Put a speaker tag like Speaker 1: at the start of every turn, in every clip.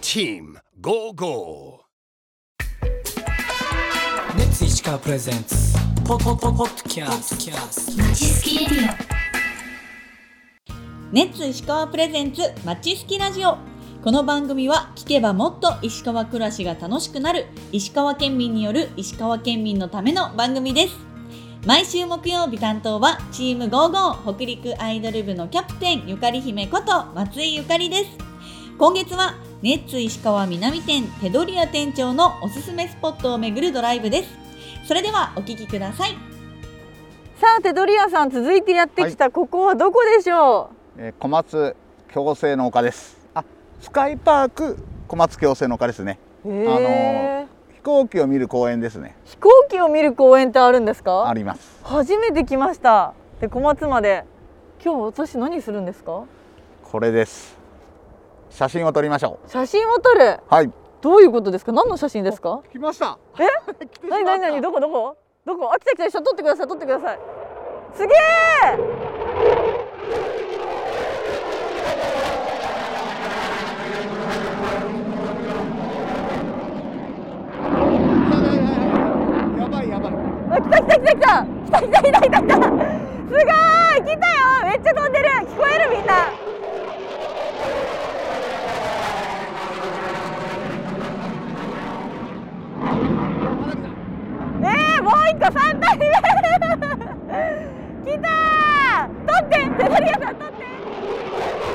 Speaker 1: team go go
Speaker 2: レッツ石川プレゼンツポポポポッドキャスト
Speaker 3: ネッツ石川プレゼンツまちすきラジオこの番組は聞けばもっと石川暮らしが楽しくなる石川県民による石川県民のための番組です毎週木曜日担当はチーム55北陸アイドル部のキャプテンゆかり姫こと松井ゆかりです今月はネッツ石川南店手取り屋店長のおすすめスポットを巡るドライブですそれではお聞きください
Speaker 4: さあ手取屋さん続いてやってきた、ここはどこでしょ
Speaker 5: えー小松共生の丘です。あ、スカイパーク小松共生の丘ですね。
Speaker 4: う、
Speaker 5: あの
Speaker 4: へえ
Speaker 5: ー飛行機を見る公園ですね。
Speaker 4: 飛行機を見る公園ってあるんです
Speaker 5: あ
Speaker 4: か
Speaker 5: ります。
Speaker 4: 初めて来ましたで小松まで今日私何するんですか
Speaker 5: これです。写真を撮りましょ
Speaker 4: 写真を撮る
Speaker 5: う。はい。
Speaker 4: どういうことですか何の写真ですか
Speaker 5: 来ました。
Speaker 4: 何何何どこどこどこあ来た来た来た撮ってください撮ってくださいすげえ
Speaker 5: やばいやばい。
Speaker 4: あ来た来た来た来た来た来た来た来た来たすごい来たよめっちゃ飛んでる聞こえるみんなねえもう一個三体目来たー取って手取り屋さん取って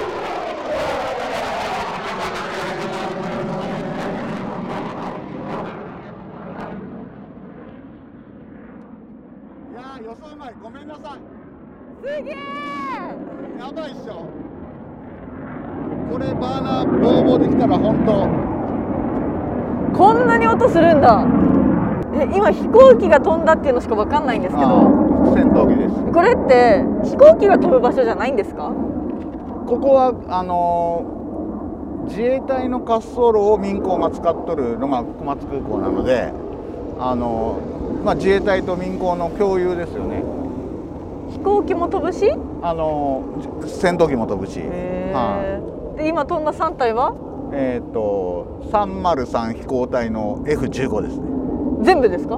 Speaker 5: いやー予想前ごめんなさ
Speaker 4: すげえ
Speaker 5: い。やばいっしょ。これバーナーボーボーできたら本当。
Speaker 4: こんなに音するんだえ今飛行機が飛んだっていうのしかわかんないんですけど
Speaker 5: あー戦闘機です。
Speaker 4: これって飛行機が飛ぶ場所じゃないんですか
Speaker 5: ここはあのー自衛隊の滑走路を民航が使っとるのが小松空港なので、あのーまあ、自衛隊と民航の共有ですよね、
Speaker 4: 飛行機も飛ぶし、
Speaker 5: あのーじ戦闘機も飛ぶし、は
Speaker 4: はい、で今飛んだ3体はい
Speaker 5: えー、と303飛行隊の F15 ですね
Speaker 4: 全部ですか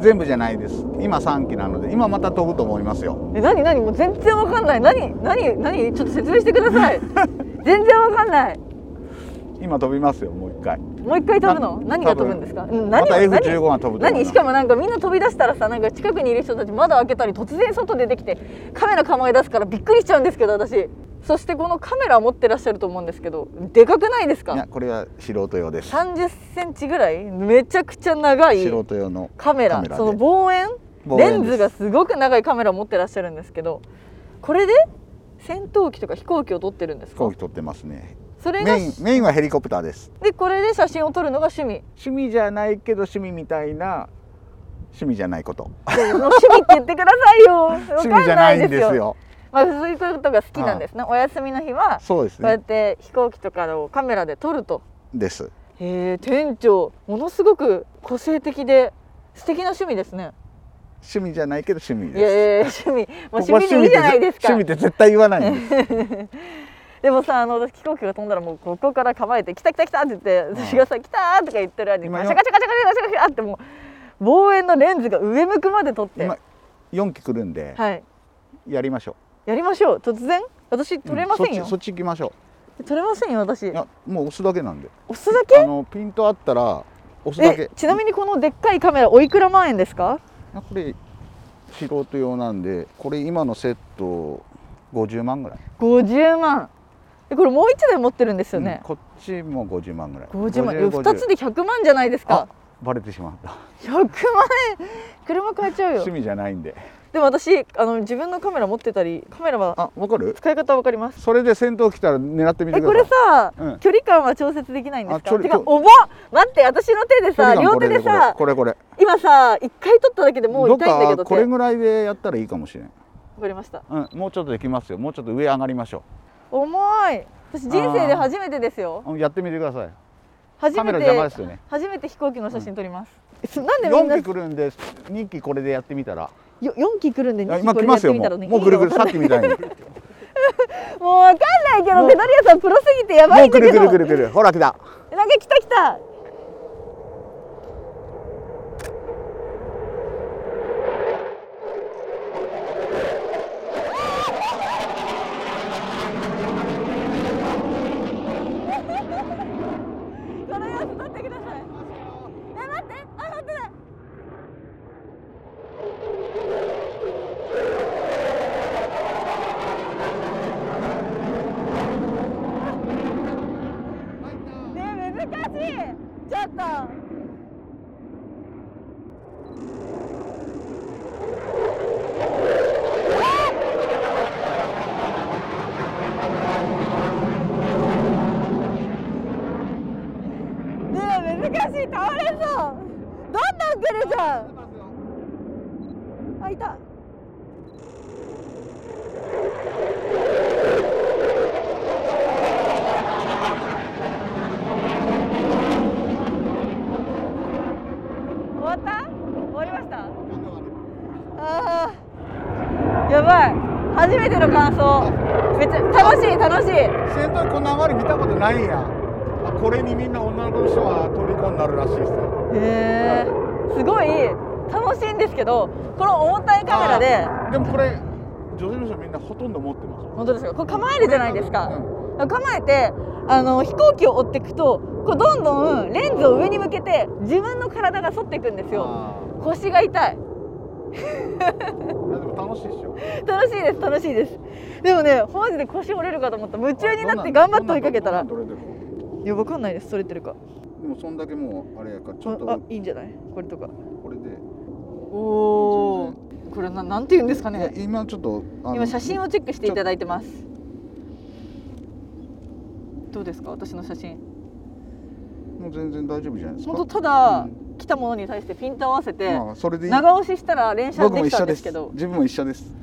Speaker 5: 全部じゃないです今3機なので今また飛ぶと思いますよ
Speaker 4: え何何もう全然わかんない何何何ちょっと説明してくださ い全然わかんない
Speaker 5: 今飛びますよもう一回
Speaker 4: もう一回飛ぶの
Speaker 5: な
Speaker 4: 何が飛ぶんですか
Speaker 5: 多
Speaker 4: うん
Speaker 5: 分
Speaker 4: 何
Speaker 5: また
Speaker 4: を
Speaker 5: F15 が飛ぶと思います
Speaker 4: 何しかもなんかみんな飛び出したらさなんか近くにいる人たち窓開けたり突然外出てきてカメラ構え出すからびっくりしちゃうんですけど私そしてこのカメラ持ってらっしゃると思うんですけどでかくないです
Speaker 5: いや
Speaker 4: か
Speaker 5: これは素人用です
Speaker 4: 3 0センチぐらいめちゃくちゃ長い
Speaker 5: 素人用の
Speaker 4: カメラ
Speaker 5: カメラで
Speaker 4: その望遠
Speaker 5: 望遠
Speaker 4: レンズがすごく長いカメラを持ってらっしゃるんですけどこれで戦闘機とか飛行機を撮ってるんです
Speaker 5: 飛
Speaker 4: か
Speaker 5: 行機撮ってますね
Speaker 4: それが
Speaker 5: メインメインはヘリコプターです
Speaker 4: でこれで写真を撮るのが趣味
Speaker 5: 趣味じゃないけど趣味みたいな趣味じゃないこと
Speaker 4: で趣味って言ってくださいよわか
Speaker 5: 趣
Speaker 4: ん
Speaker 5: 味じゃな
Speaker 4: ない
Speaker 5: いん
Speaker 4: です
Speaker 5: で
Speaker 4: よ
Speaker 5: すよ
Speaker 4: まあそういうことが好きなんですねお休みの日は
Speaker 5: そうです
Speaker 4: こうやっ
Speaker 5: ね
Speaker 4: て飛行機とかをカメラで撮ると
Speaker 5: です
Speaker 4: へえ店長ものすごく個性的で素敵な趣味ですね
Speaker 5: 趣味じゃないけど趣味
Speaker 4: いやい
Speaker 5: です
Speaker 4: やいや趣味もう
Speaker 5: こ
Speaker 4: 趣
Speaker 5: こは
Speaker 4: 味でいいじゃないですか
Speaker 5: 趣味って絶対言わないん です
Speaker 4: でもさあの私飛行機が飛んだらもうここから構えて「来た来た来た」って言って私がさ「来た!」とか言ってる間にシ
Speaker 5: 今
Speaker 4: ャ
Speaker 5: よ
Speaker 4: カシャカシャカシャカシャカシャカってもう望遠のレンズが上向くまで撮って
Speaker 5: 今4機来るんで
Speaker 4: はい
Speaker 5: やりましょ
Speaker 4: やりましょう突然私
Speaker 5: う
Speaker 4: 撮れませんよ
Speaker 5: うそっちそっち行きましょ
Speaker 4: 撮れませんよ私
Speaker 5: ういやもう押すだけなんで
Speaker 4: 押すだ
Speaker 5: あ
Speaker 4: け
Speaker 5: のピントあったら押すだ
Speaker 4: え
Speaker 5: け
Speaker 4: ちなみにこのでっかいカメラおいくら万円ですか
Speaker 5: あこれ素人用なんでこれ今のセット50万ぐらい
Speaker 4: 50万えこれもう一台持ってるんですよね
Speaker 5: うん、こっちも50万ぐらい
Speaker 4: 50万え
Speaker 5: 50
Speaker 4: 2つで100万じゃないです
Speaker 5: あ
Speaker 4: か
Speaker 5: バレてしまった
Speaker 4: 100万円車買えちゃうよ
Speaker 5: 趣味じゃないんで
Speaker 4: でも私あの自分のカメラ持ってたりカメラは
Speaker 5: あわかる
Speaker 4: 使い方わかります
Speaker 5: それで戦闘来たら狙ってみて
Speaker 4: え
Speaker 5: くだ
Speaker 4: こ
Speaker 5: さい
Speaker 4: れさ、
Speaker 5: うん
Speaker 4: 距離感は調節できないんです
Speaker 5: あ距
Speaker 4: か
Speaker 5: 離
Speaker 4: てか
Speaker 5: 距
Speaker 4: 重っ待って私の手でさ
Speaker 5: 距離感
Speaker 4: 両
Speaker 5: こ
Speaker 4: 手
Speaker 5: れ
Speaker 4: でさ
Speaker 5: これこれこ
Speaker 4: 今さ一回取っただけでもう
Speaker 5: れ
Speaker 4: 痛いんだけ
Speaker 5: どっか
Speaker 4: ど手
Speaker 5: これぐらいでやったらいいかもしれん、
Speaker 4: わかりました
Speaker 5: うん、もうちょっとできますよもうちょっと上上がりましょ
Speaker 4: 重い私人生で初めてですよ
Speaker 5: ううんやってみてください
Speaker 4: 初
Speaker 5: カメ
Speaker 4: め
Speaker 5: ラ邪魔で
Speaker 4: て
Speaker 5: すよね
Speaker 4: 初めて飛行機の写真撮ります、えなんでみんな
Speaker 5: 4機
Speaker 4: よ
Speaker 5: 来るんで2機これでやってみたら
Speaker 4: 4機来るんで
Speaker 5: あ
Speaker 4: 2機
Speaker 5: 今
Speaker 4: こ
Speaker 5: 来
Speaker 4: れや
Speaker 5: ま
Speaker 4: っ
Speaker 5: す
Speaker 4: て
Speaker 5: よ
Speaker 4: み
Speaker 5: も
Speaker 4: たら
Speaker 5: う
Speaker 4: ね
Speaker 5: もうぐるぐる
Speaker 4: 意味
Speaker 5: さ
Speaker 4: がわかんな
Speaker 5: っき
Speaker 4: い
Speaker 5: みたいに
Speaker 4: もうわかんないけどペダリアさんプロすぎてやば
Speaker 5: も
Speaker 4: い
Speaker 5: うんく
Speaker 4: だけ
Speaker 5: る
Speaker 4: ど
Speaker 5: くるくるくるほら来た
Speaker 4: なんか来た来たこの様子撮ってくださいえ待ってあ本当だねえ難しいちょっとねえ難しい倒れそうどんどん来るじゃんあいた終わった終わりましたああやばい初めての感想めっちゃ楽しい楽しい
Speaker 5: 先頭にこんな流れ見たことないんやあこれにみんな女の子の人は虜になるらしいですよ
Speaker 4: へえすごい楽しいんですけどこの重たいカメラで
Speaker 5: あーでもこれ女性の人みんなほとんど持ってます
Speaker 4: 本当ですかこれ構えるじゃないですか
Speaker 5: うん
Speaker 4: 構えてあの飛行機を追っていくとこうどんどんレンズを上に向けて自分の体が反っていくんですよ
Speaker 5: あ
Speaker 4: 腰が痛い
Speaker 5: ーいやでも楽しいっしょ
Speaker 4: 楽しいです楽しいですでもねマジで腰折れるかと思った夢中になって頑張って追いかけたら
Speaker 5: どんなどんなどんなどれで
Speaker 4: いやわかんないです取れてるか
Speaker 5: もでもそんだけもうあれやからちょっ
Speaker 4: ああ
Speaker 5: と
Speaker 4: いいんじゃないこれとか
Speaker 5: これで
Speaker 4: おおこれななんて言うんですかね
Speaker 5: いや今ちょっとあの
Speaker 4: 今写真をチェックしていただいてますどうですか私の写真
Speaker 5: もう全然大丈夫じゃないですか
Speaker 4: 本当ただ、
Speaker 5: うん
Speaker 4: 来たものに対してピント合わせて、
Speaker 5: まあそれでいい
Speaker 4: 長押ししたら連写
Speaker 5: 僕
Speaker 4: で
Speaker 5: も
Speaker 4: き
Speaker 5: 一
Speaker 4: た
Speaker 5: 緒
Speaker 4: んで
Speaker 5: ですす
Speaker 4: けど
Speaker 5: 自分も一緒です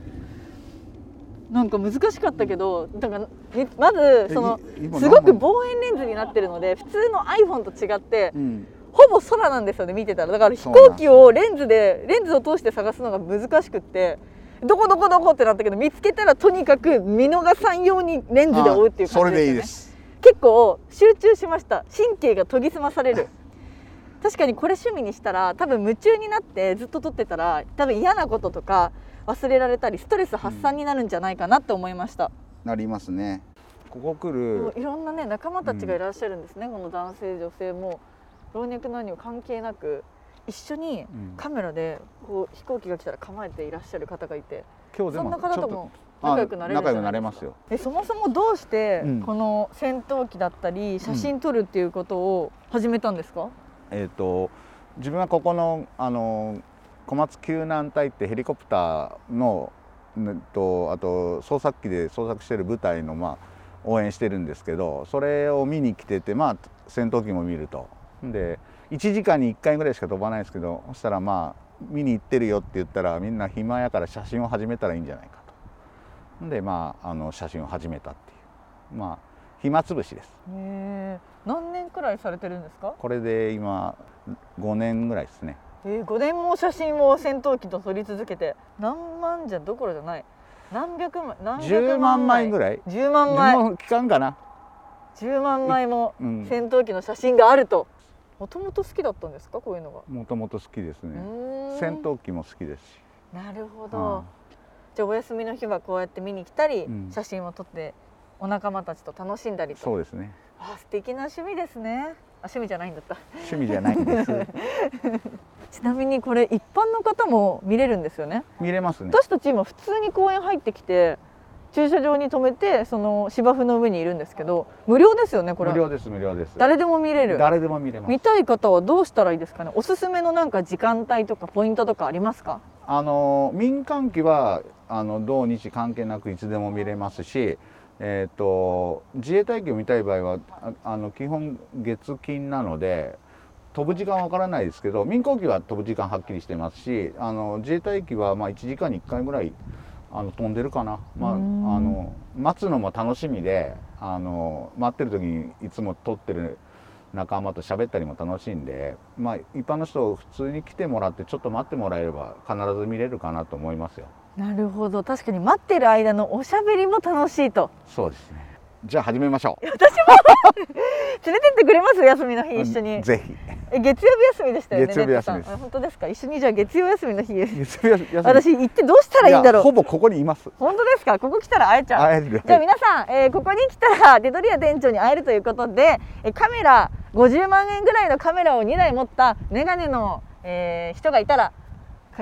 Speaker 4: なんか難しかったけどだからねまず
Speaker 5: え
Speaker 4: その
Speaker 5: い今
Speaker 4: すごく
Speaker 5: 何本
Speaker 4: 望遠レンズになってるので普通の iPhone と違って、
Speaker 5: うん
Speaker 4: ほぼ空なんですよね見てたらだから飛
Speaker 5: そうなん
Speaker 4: 行機をレンズでレンズを通して探すのが難しくってどこどこどこってなったけど見つけたらとにかく見逃さんようにレンズで追うっていう
Speaker 5: あそ
Speaker 4: 感
Speaker 5: れ
Speaker 4: じですよね
Speaker 5: でいいです
Speaker 4: 結構集中しました神経が研ぎ澄まされる確かにこれ趣味にしたら多分夢中になってずっと撮ってたら多分嫌なこととか忘れられたりストレス発散になるんじゃないかなって思いました、
Speaker 5: なりますねここ来
Speaker 4: も
Speaker 5: る
Speaker 4: ういろんなね仲間たちがいらっしゃるんですね、この男性女性も老若男女関係なく一緒に
Speaker 5: うん
Speaker 4: カメラでこう飛行機が来たら構えていらっしゃる方がいて
Speaker 5: 今日で
Speaker 4: そん
Speaker 5: も
Speaker 4: な方
Speaker 5: ちょ
Speaker 4: と
Speaker 5: っ
Speaker 4: も
Speaker 5: あ
Speaker 4: 仲良くなれるじゃない
Speaker 5: 仲良くな
Speaker 4: で
Speaker 5: れ
Speaker 4: すか
Speaker 5: ますよ
Speaker 4: えそもそもどうして
Speaker 5: うん
Speaker 4: この戦闘機だったり写真撮るっていうことを始めたんですか、
Speaker 5: えっ、と自分はここのあの小松救難隊ってヘリコプターの、うんとあと捜索機で捜索してる部隊のまあ応援してるんですけど、それを見に来ててまあ戦闘機も見るとで1時間に1回ぐらいしか飛ばないですけど、そしたらまあ見に行ってるよって言ったらみんな暇やから写真を始めたらいいんじゃないかと。でまああの写真を始めたっていうまあ暇つぶしです。
Speaker 4: えー、何年くらいされてるんですか、
Speaker 5: これで今5年ぐらいですね。
Speaker 4: えー、5年も写真を戦闘機と撮り続けて何万じゃどころじゃない何百万何百
Speaker 5: 10万枚ぐ
Speaker 4: い
Speaker 5: らい
Speaker 4: 10万枚
Speaker 5: でも期間かな
Speaker 4: 10万枚も
Speaker 5: うん
Speaker 4: 戦闘機の写真があるともともと好きだったんですかこういうのが
Speaker 5: もともと好きです
Speaker 4: う
Speaker 5: ね
Speaker 4: ーん
Speaker 5: 戦闘機も好きですし
Speaker 4: なるほど、
Speaker 5: あ
Speaker 4: じゃあお休みの日はこうやって見に来たり、
Speaker 5: うん
Speaker 4: 写真を撮ってお仲間たちと楽しんだりと
Speaker 5: そうですね
Speaker 4: あ素敵な趣味ですねあ趣味じゃないんだった
Speaker 5: 趣味じゃないんです
Speaker 4: ちなみにこれ一般の方も見れるんですよね
Speaker 5: 見れますね
Speaker 4: 私たち今普通に公園入ってきて駐車場に止めてその芝生の上にいるんですけど無料ですよねこれ
Speaker 5: 無料です無料です
Speaker 4: 誰でも見れる
Speaker 5: 誰でも見れます
Speaker 4: 見たい方はどうしたらいいですかねおすすめのなんか時間帯とかポイントとかありますか
Speaker 5: あの民間機はあの同日関係なくいつでも見れますし、えー、と自衛隊機を見たい場合はああの基本月金なので飛ぶ時間はわからないですけど民間機は飛ぶ時間はっきりしてますしあの自衛隊機はまあ1時間に1回ぐらいあの飛んでるかな、まあ、あ
Speaker 4: うん
Speaker 5: の待つのも楽しみであの待ってる時にいつも撮ってる仲間と喋ったりも楽しいんで、まあ、一般の人を普通に来てもらってちょっと待ってもらえれば必ず見れるかなと思いますよ。
Speaker 4: なるほど確かに待ってる間のおしゃべりも楽しいと
Speaker 5: そうですねじゃあ始めましょう
Speaker 4: 連れてってくれます休みの日一緒に
Speaker 5: うんぜひ
Speaker 4: え月曜日休みでしたよね
Speaker 5: 月曜日休み
Speaker 4: レッドさん
Speaker 5: です
Speaker 4: あ本当ですか一緒にじゃあ月曜休みの日
Speaker 5: 月曜休み
Speaker 4: 私行ってどうしたらいいんだろ
Speaker 5: やほ
Speaker 4: う
Speaker 5: ぼここにいます
Speaker 4: 本当ですかここ来たら会えちゃう
Speaker 5: 会える
Speaker 4: じゃあ皆さん、えーここに来たらデトリア店長に会えるということで、えーカメラ50万円ぐらいのカメラを2台持ったメガネの、えー人がいたら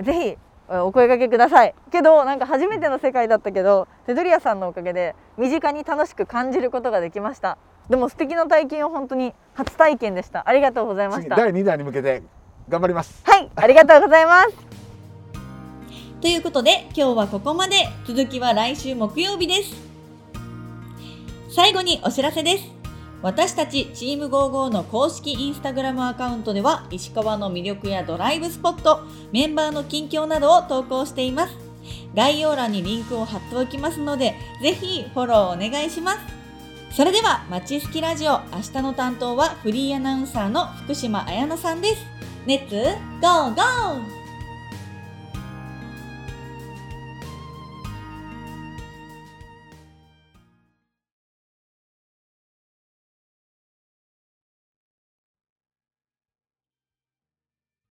Speaker 4: ぜひえーお声掛けくださいけどなんか初めての世界だったけどデトリアさんのおかげで身近に楽しく感じることができましたでも素敵な体験を本当に初体験でしたありがとうございまし
Speaker 5: 次
Speaker 4: たは
Speaker 5: 第2弾に向けて頑張ります
Speaker 4: いありがとうございます
Speaker 3: ということで今日はここまで続きは来週木曜日です最後にお知らせです私たちチーム55の公式インスタグラムアカウントでは石川の魅力やドライブスポットメンバーの近況などを投稿しています概要欄にリンクを貼っておきますのでぜひフォローお願いしますそれでは「まちすきラジオ」明日の担当はフリーアナウンサーの福島彩乃さんですレッツゴーゴー